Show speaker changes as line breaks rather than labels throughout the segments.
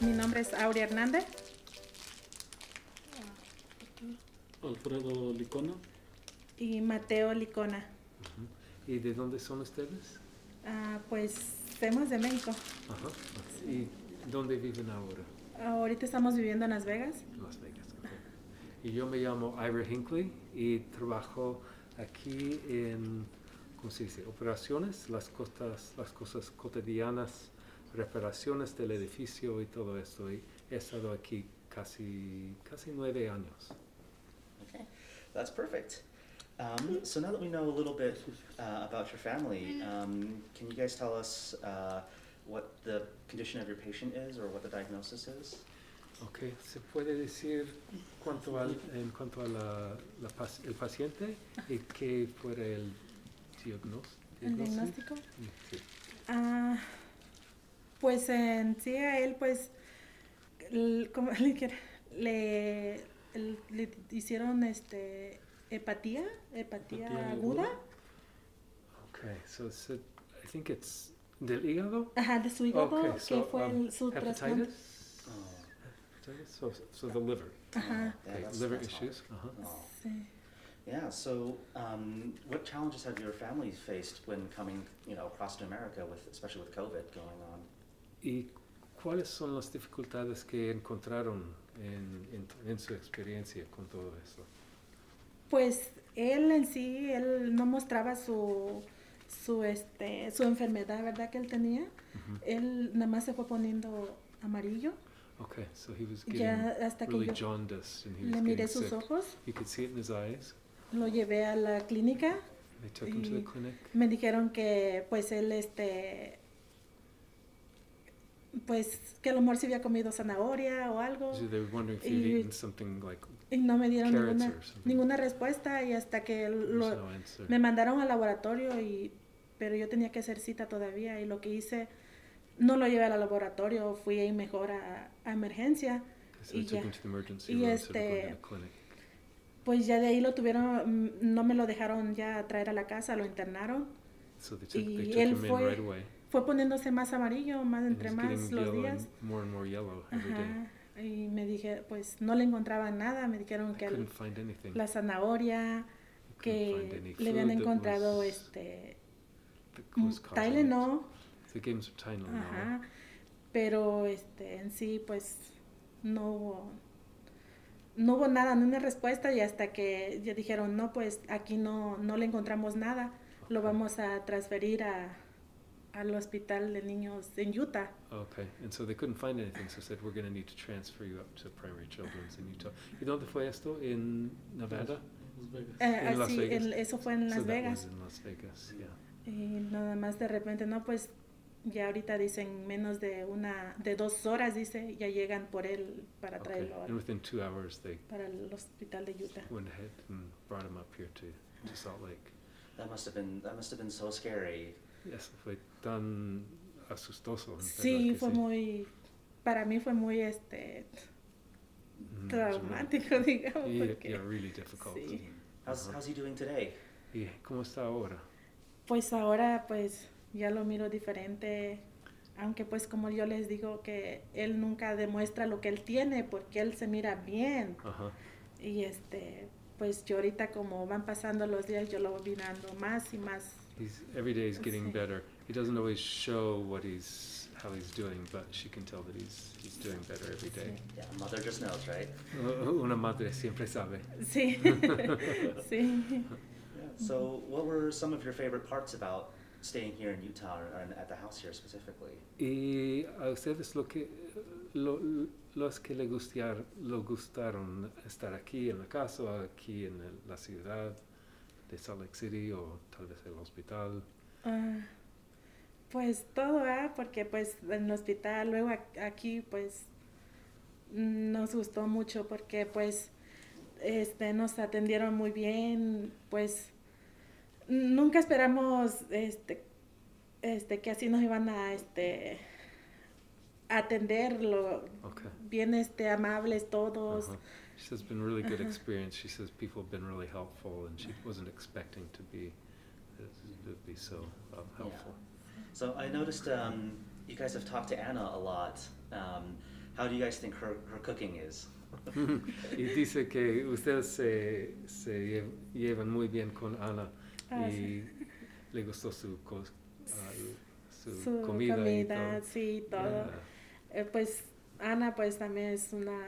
Mi nombre es Aurea Hernández.
Alfredo Licona.
Y Mateo Licona.
¿Y de dónde son ustedes?
Ah, pues somos de México.
Ajá. ¿Y dónde viven ahora?
Ahorita estamos viviendo en Las Vegas.
Las Vegas. ok. Y yo me llamo Ira Hinckley y trabajo aquí en, ¿cómo se dice? Operaciones, las cosas, las cosas cotidianas, reparaciones del edificio y todo esto. Y he estado aquí casi, casi nueve años.
Okay, that's perfect. Um, so now that we know a little bit uh, about your family, um, can you guys tell us uh, what the condition of your patient is or what the diagnosis is?
Ok, ¿se puede decir cuánto al, en cuanto a la, la pac- el paciente y qué fuera el diagnos-
El diagnóstico.
diagnóstico? Sí.
Ah, pues en sí a él, pues, l- como le, quiera- le, el- le hicieron este hepatía, hepatía,
Hepatía
aguda,
aguda. Okay, so it's a- I think it's del hígado.
ajá, de su hígado,
Okay,
que
so,
fue
um,
el- su trasplante.
hepatitis.
Oh,
Hepatitis? So, so the liver.
Ajá,
Uh, yeah,
Okay,
that's-
liver
that's hard.
issues. Uh-huh.
Oh.
sí.
Yeah. So, um, what challenges have your family faced when coming, you know, across to America with, especially with COVID going on?
¿Y cuáles son las dificultades que encontraron en, en- en su experiencia con todo eso?
Pues él en sí, él no mostraba su, su, este, su enfermedad, ¿verdad? Que él tenía.
Ujú.
Uh-huh.
Él nada más se fue poniendo amarillo.
Okay, so he was getting
Ya hasta que
really
yo
jaundiced and he
le
was getting
miré sus
sick.
ojos,
You could see it in his eyes.
lo llevé a la clínica.
They took him to the
Y-
clinic.
Me dijeron que pues él, este, pues que a lo mejor se había comido zanahoria o algo.
So they were wondering if he'd
y-
eaten something like
Y no me dieron
carrots
ninguna,
or something.
ninguna respuesta y hasta que
There's
lo,
no answer.
Me mandaron al laboratorio y pero yo tenía que hacer cita todavía y lo que hice no lo llevé al laboratorio, fui ahí mejor a, a emergencia.
So they
y
took
ya.
him to the emergency
Y
room instead of going to
este-
the clinic.
Pues ya de ahí lo tuvieron, mm, no me lo dejaron ya traer a la casa, lo internaron.
So they took, they
y
took
él
him in
fue-
right away.
Fue poniéndose más amarillo, más
And
entre
he's
más
getting
los
yellow
días.
and more and more yellow every day.
Ajá. Y me dije, pues no le encontraban nada, me dijeron
I
que
couldn't find anything.
la zanahoria,
I couldn't find any
que le
food
habían
that
encontrado
was-
este mm,
that was pues. causing it.
Tylenol.
So they gave him some Tylenol.
Ajá, pero este, en sí, pues no hubo, no hubo nada, ni una respuesta y hasta que ya dijeron, no, pues aquí no, no le encontramos nada, lo
Okay.
vamos a transferir a, al hospital de niños en Utah.
Okay, and so they couldn't find anything, so said, we're going to need to transfer you up to primary children's in Utah. ¿Y dónde fue esto? ¿En Nevada?
Eh,
En Las
así,
Vegas.
el- eso fue en Las
so
Vegas. Mm,
That was in Las Vegas, yeah.
Y nada más de repente, no, pues ya ahorita dicen menos de una, de dos horas, dice, ya llegan por él para
Okay.
traerlo al-
And within two hours, they
para el hospital de Utah.
went ahead and brought him up here to, to Salt Lake.
That must have been that must have been so scary.
Eso fue tan asustoso. en verdad
Sí,
que
fue muy, para mí fue muy este
Mm, it's really-
traumático, digamos,
Yeah,
porque
yeah, really difficult.
sí.
How's
Ajá.
how's he doing today?
¿Y cómo está ahora?
Pues ahora pues ya lo miro diferente, aunque pues como yo les digo que él nunca demuestra lo que él tiene porque él se mira bien
Ajá.
y este pues yo ahorita como van pasando los días yo lo voy mirando más y más.
He's every day he's getting
Sí.
better. He doesn't always show what he's how he's doing, but she can tell that he's he's doing better every day.
Sí.
Yeah, mother just knows, right?
U- Una madre siempre sabe.
Sí, sí.
Yeah. So, what were some of your favorite parts about staying here in Utah or, and at the house here specifically?
¿Y a ustedes lo que lo, los que le gustear, lo gustaron estar aquí en la casa, o aquí en el- la ciudad de Salt Lake City o tal vez el hospital?
Ah, pues todo, ¿ah? porque pues en el hospital, luego ac- aquí pues mm, nos gustó mucho porque pues este, nos atendieron muy bien, pues nunca esperamos este, este, que así nos iban a este, atenderlo,
Okay.
bien este, amables todos.
Uh-huh. She says it's been really good
Ajá.
experience. She says people have been really helpful, and she wasn't expecting to be uh, to be so um, helpful.
So, I noticed um, you guys have talked to Anna a lot. Um, How do you guys think her, her cooking is?
y dice que ustedes se, se lle- llevan muy bien con Ana
Ah,
y
sí.
le gustó su, cos- ah, su
Su
comida,
comida,
y todo.
sí, todo.
Ah,
Eh, pues Ana pues también es una,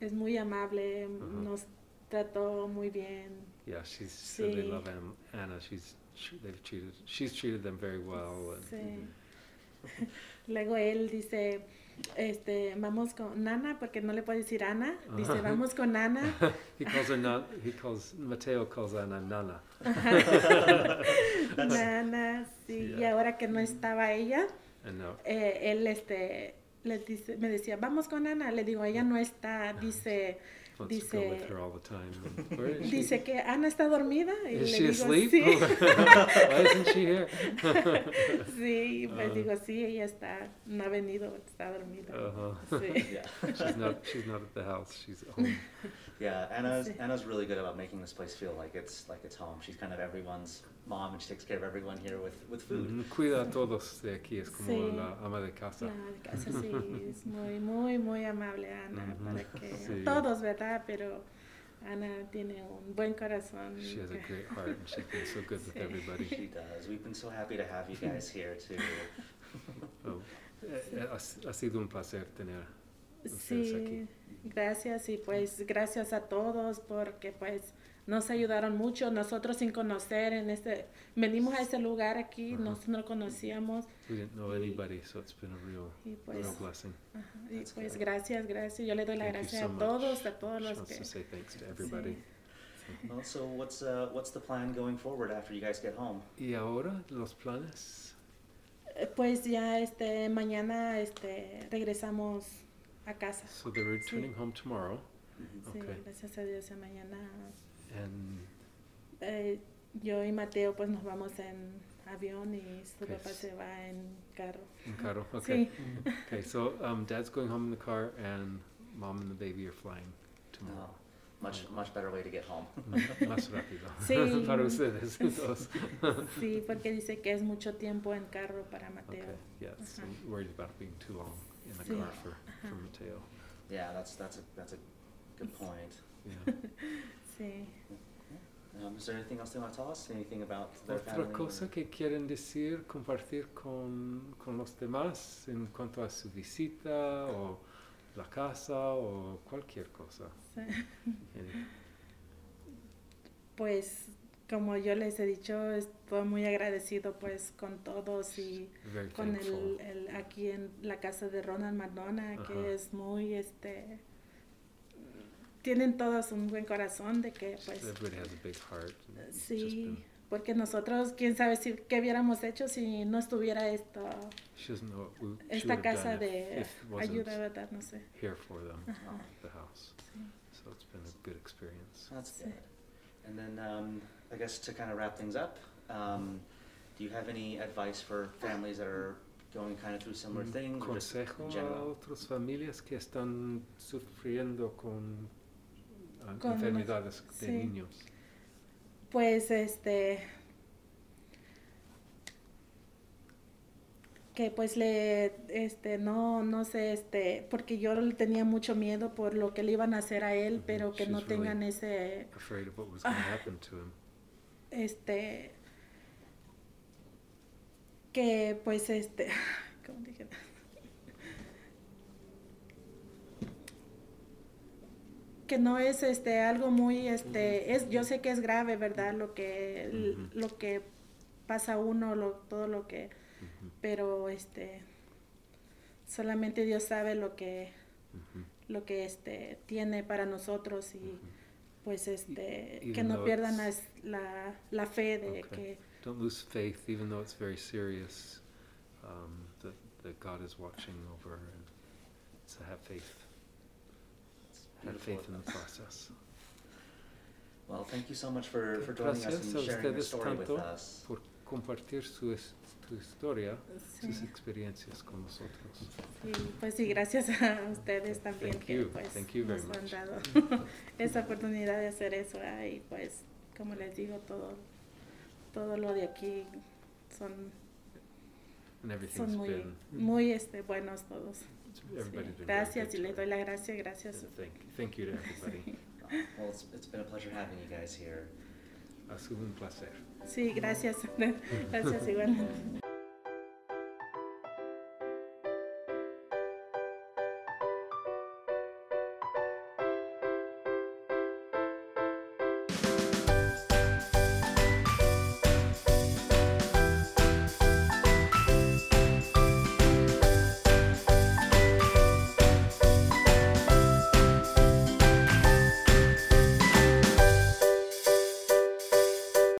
es muy amable,
Ujú.
nos trató muy bien.
yeah, she's so
Sí.
they love Am- Anna. She's she, they've treated she's treated them very well. And,
Sí. Luego él dice, este, vamos con Nana, porque no le puede decir Ana, dice,
Ajá.
vamos con Nana.
he calls her nan, he calls Mateo calls Anna Nana.
Nana, sí, y
Yeah.
ahora que no estaba ella,
And uh, now
eh, él este, les dice, me decía, vamos con Ana, le digo, ella no está, dice,
wants to go with
Dice-
her all the time. And where is she?
dice que Ana está dormida, y
Is
le
she
digo,
asleep?
sí.
Why isn't she here?
Sí, pues
Ah.
digo, sí, ella está, no ha venido, está dormida.
Uh-huh.
Sí.
Yeah.
she's not. She's not at the house. She's at home.
Yeah, Anna's
Sí.
Anna's really good about making this place feel like it's like it's home. She's kind of everyone's mom, and she takes care of everyone here with with food.
Mm, Cuida a todos de aquí. Es como
Sí.
la ama de casa.
La de casa sí es muy, muy, muy amable Ana,
Ujú.
para que
Sí.
todos, ¿verdad? Pero Ana tiene un buen corazón.
She has a great heart and she's been so good with
Sí.
everybody.
She does. We've been so happy to have you guys here too.
Oh, eh, eh, ha, s- ha sido un placer tener. ustedes aquí.
Sí, gracias y pues gracias a todos porque pues nos ayudaron mucho, nosotros sin conocer en este, venimos a este lugar aquí,
Ajá.
nos no conocíamos
We didn't know anybody, so it's been a real,
y pues,
real blessing.
ajá, y
That's
pues
good.
gracias, gracias, yo le doy las
Thank you
gracias
so
a
much.
todos, a todos
She
los
wants
que...
to say thanks to
sí.
everybody.
Well, so what's uh, what's the plan going forward after you guys get home?
Y ahora los planes.
Eh, Pues ya este mañana este regresamos a casa.
So they're returning home tomorrow,
Sí,
Ok.
gracias a Dios ya mañana.
and
eh, yo y Mateo pues nos vamos en avión y su
Ok.
papá se va en carro.
Caro. Okay.
Sí,
Okay. So um, Dad's going home in the car, and Mom and the baby are flying tomorrow.
Oh, much much better way to get home. Oh.
Mm, Más rápido.
Sí.
Para ustedes dos.
sí, porque dice que es mucho tiempo en carro para Mateo.
Okay. Yeah. So
Ajá.
worried about being too long in the
Sí.
car for, for
Ajá.
Mateo.
Yeah, that's that's a that's a good point.
Yeah.
Sí.
Um, is there anything else they want to tell us? Anything about their
Otra
family?
cosa que quieren decir, compartir con, con los demás en cuanto a su visita o la casa o cualquier cosa.
sí.
Eh,
Pues como yo les he dicho, estoy muy agradecido pues con todos y
Very
con
thankful.
el, el- aquí en la casa de Ronald Madonna
Ajá.
que es muy este tienen todos un buen corazón de que pues
Everybody has a big heart. and it's just
uh, sí
been-
porque nosotros quién sabe si qué hubiéramos hecho si no estuviera esto
she doesn't know what we- she
esta
would've done
casa
if-
de
if it wasn't
ayuda verdad no sé
Here for them,
Ajá,
the house.
sí.
So it's been a good experience.
That's
Sí.
good. And then um, I guess to kind of wrap things up, um, do you have any advice for families that are going kind of through similar
Un
things? or just in
Mm, consejo uh, a
general?
otras familias que están sufriendo con, ah,
Con-
enfermedades de
sí.
niños.
pues este que pues le este no no sé este porque yo le tenía mucho miedo por lo que le iban a hacer a él
Ujú,
pero que no
she's really-
tengan ese
Afraid of what was going to
Ah.
happen to him.
este que pues este ¿cómo dije? que no es este algo muy este es yo sé que es grave verdad lo que
Ujú.
lo que pasa a uno lo, todo lo que
Ujú,
pero este solamente Dios sabe lo que
ujú,
lo que este tiene para nosotros y
ujú.
pues este
even
que no
though
pierdan
it's-
las- la, la fe de
Okay. Don't lose faith, even though it's very serious, um, that, that God is watching over. And so have faith.
That's
Have
beautiful
faith in the
advice.
process.
Well, thank you so much for,
Qué
for joining us
placer
and
a
sharing your
ustedes
story with
tanto
us.
Por compartir su, es- tu historia,
que
sus
sí,
experiencias con nosotros.
sí, pues sí gracias a ustedes también
Thank
que
you.
pues
Thank you very
nos han
much.
dado esa oportunidad de hacer eso ah, y pues como les digo todo todo lo de aquí son
And
son
everything's
muy
been
muy este buenos todos Sí,
everybody's been very
Gracias
good
y
to
les
her.
doy las gracias, gracias.
And Thank, thank you to everybody.
Well, it's, it's been a pleasure having you guys here.
Ha sido un placer.
Sí, gracias. gracias igual.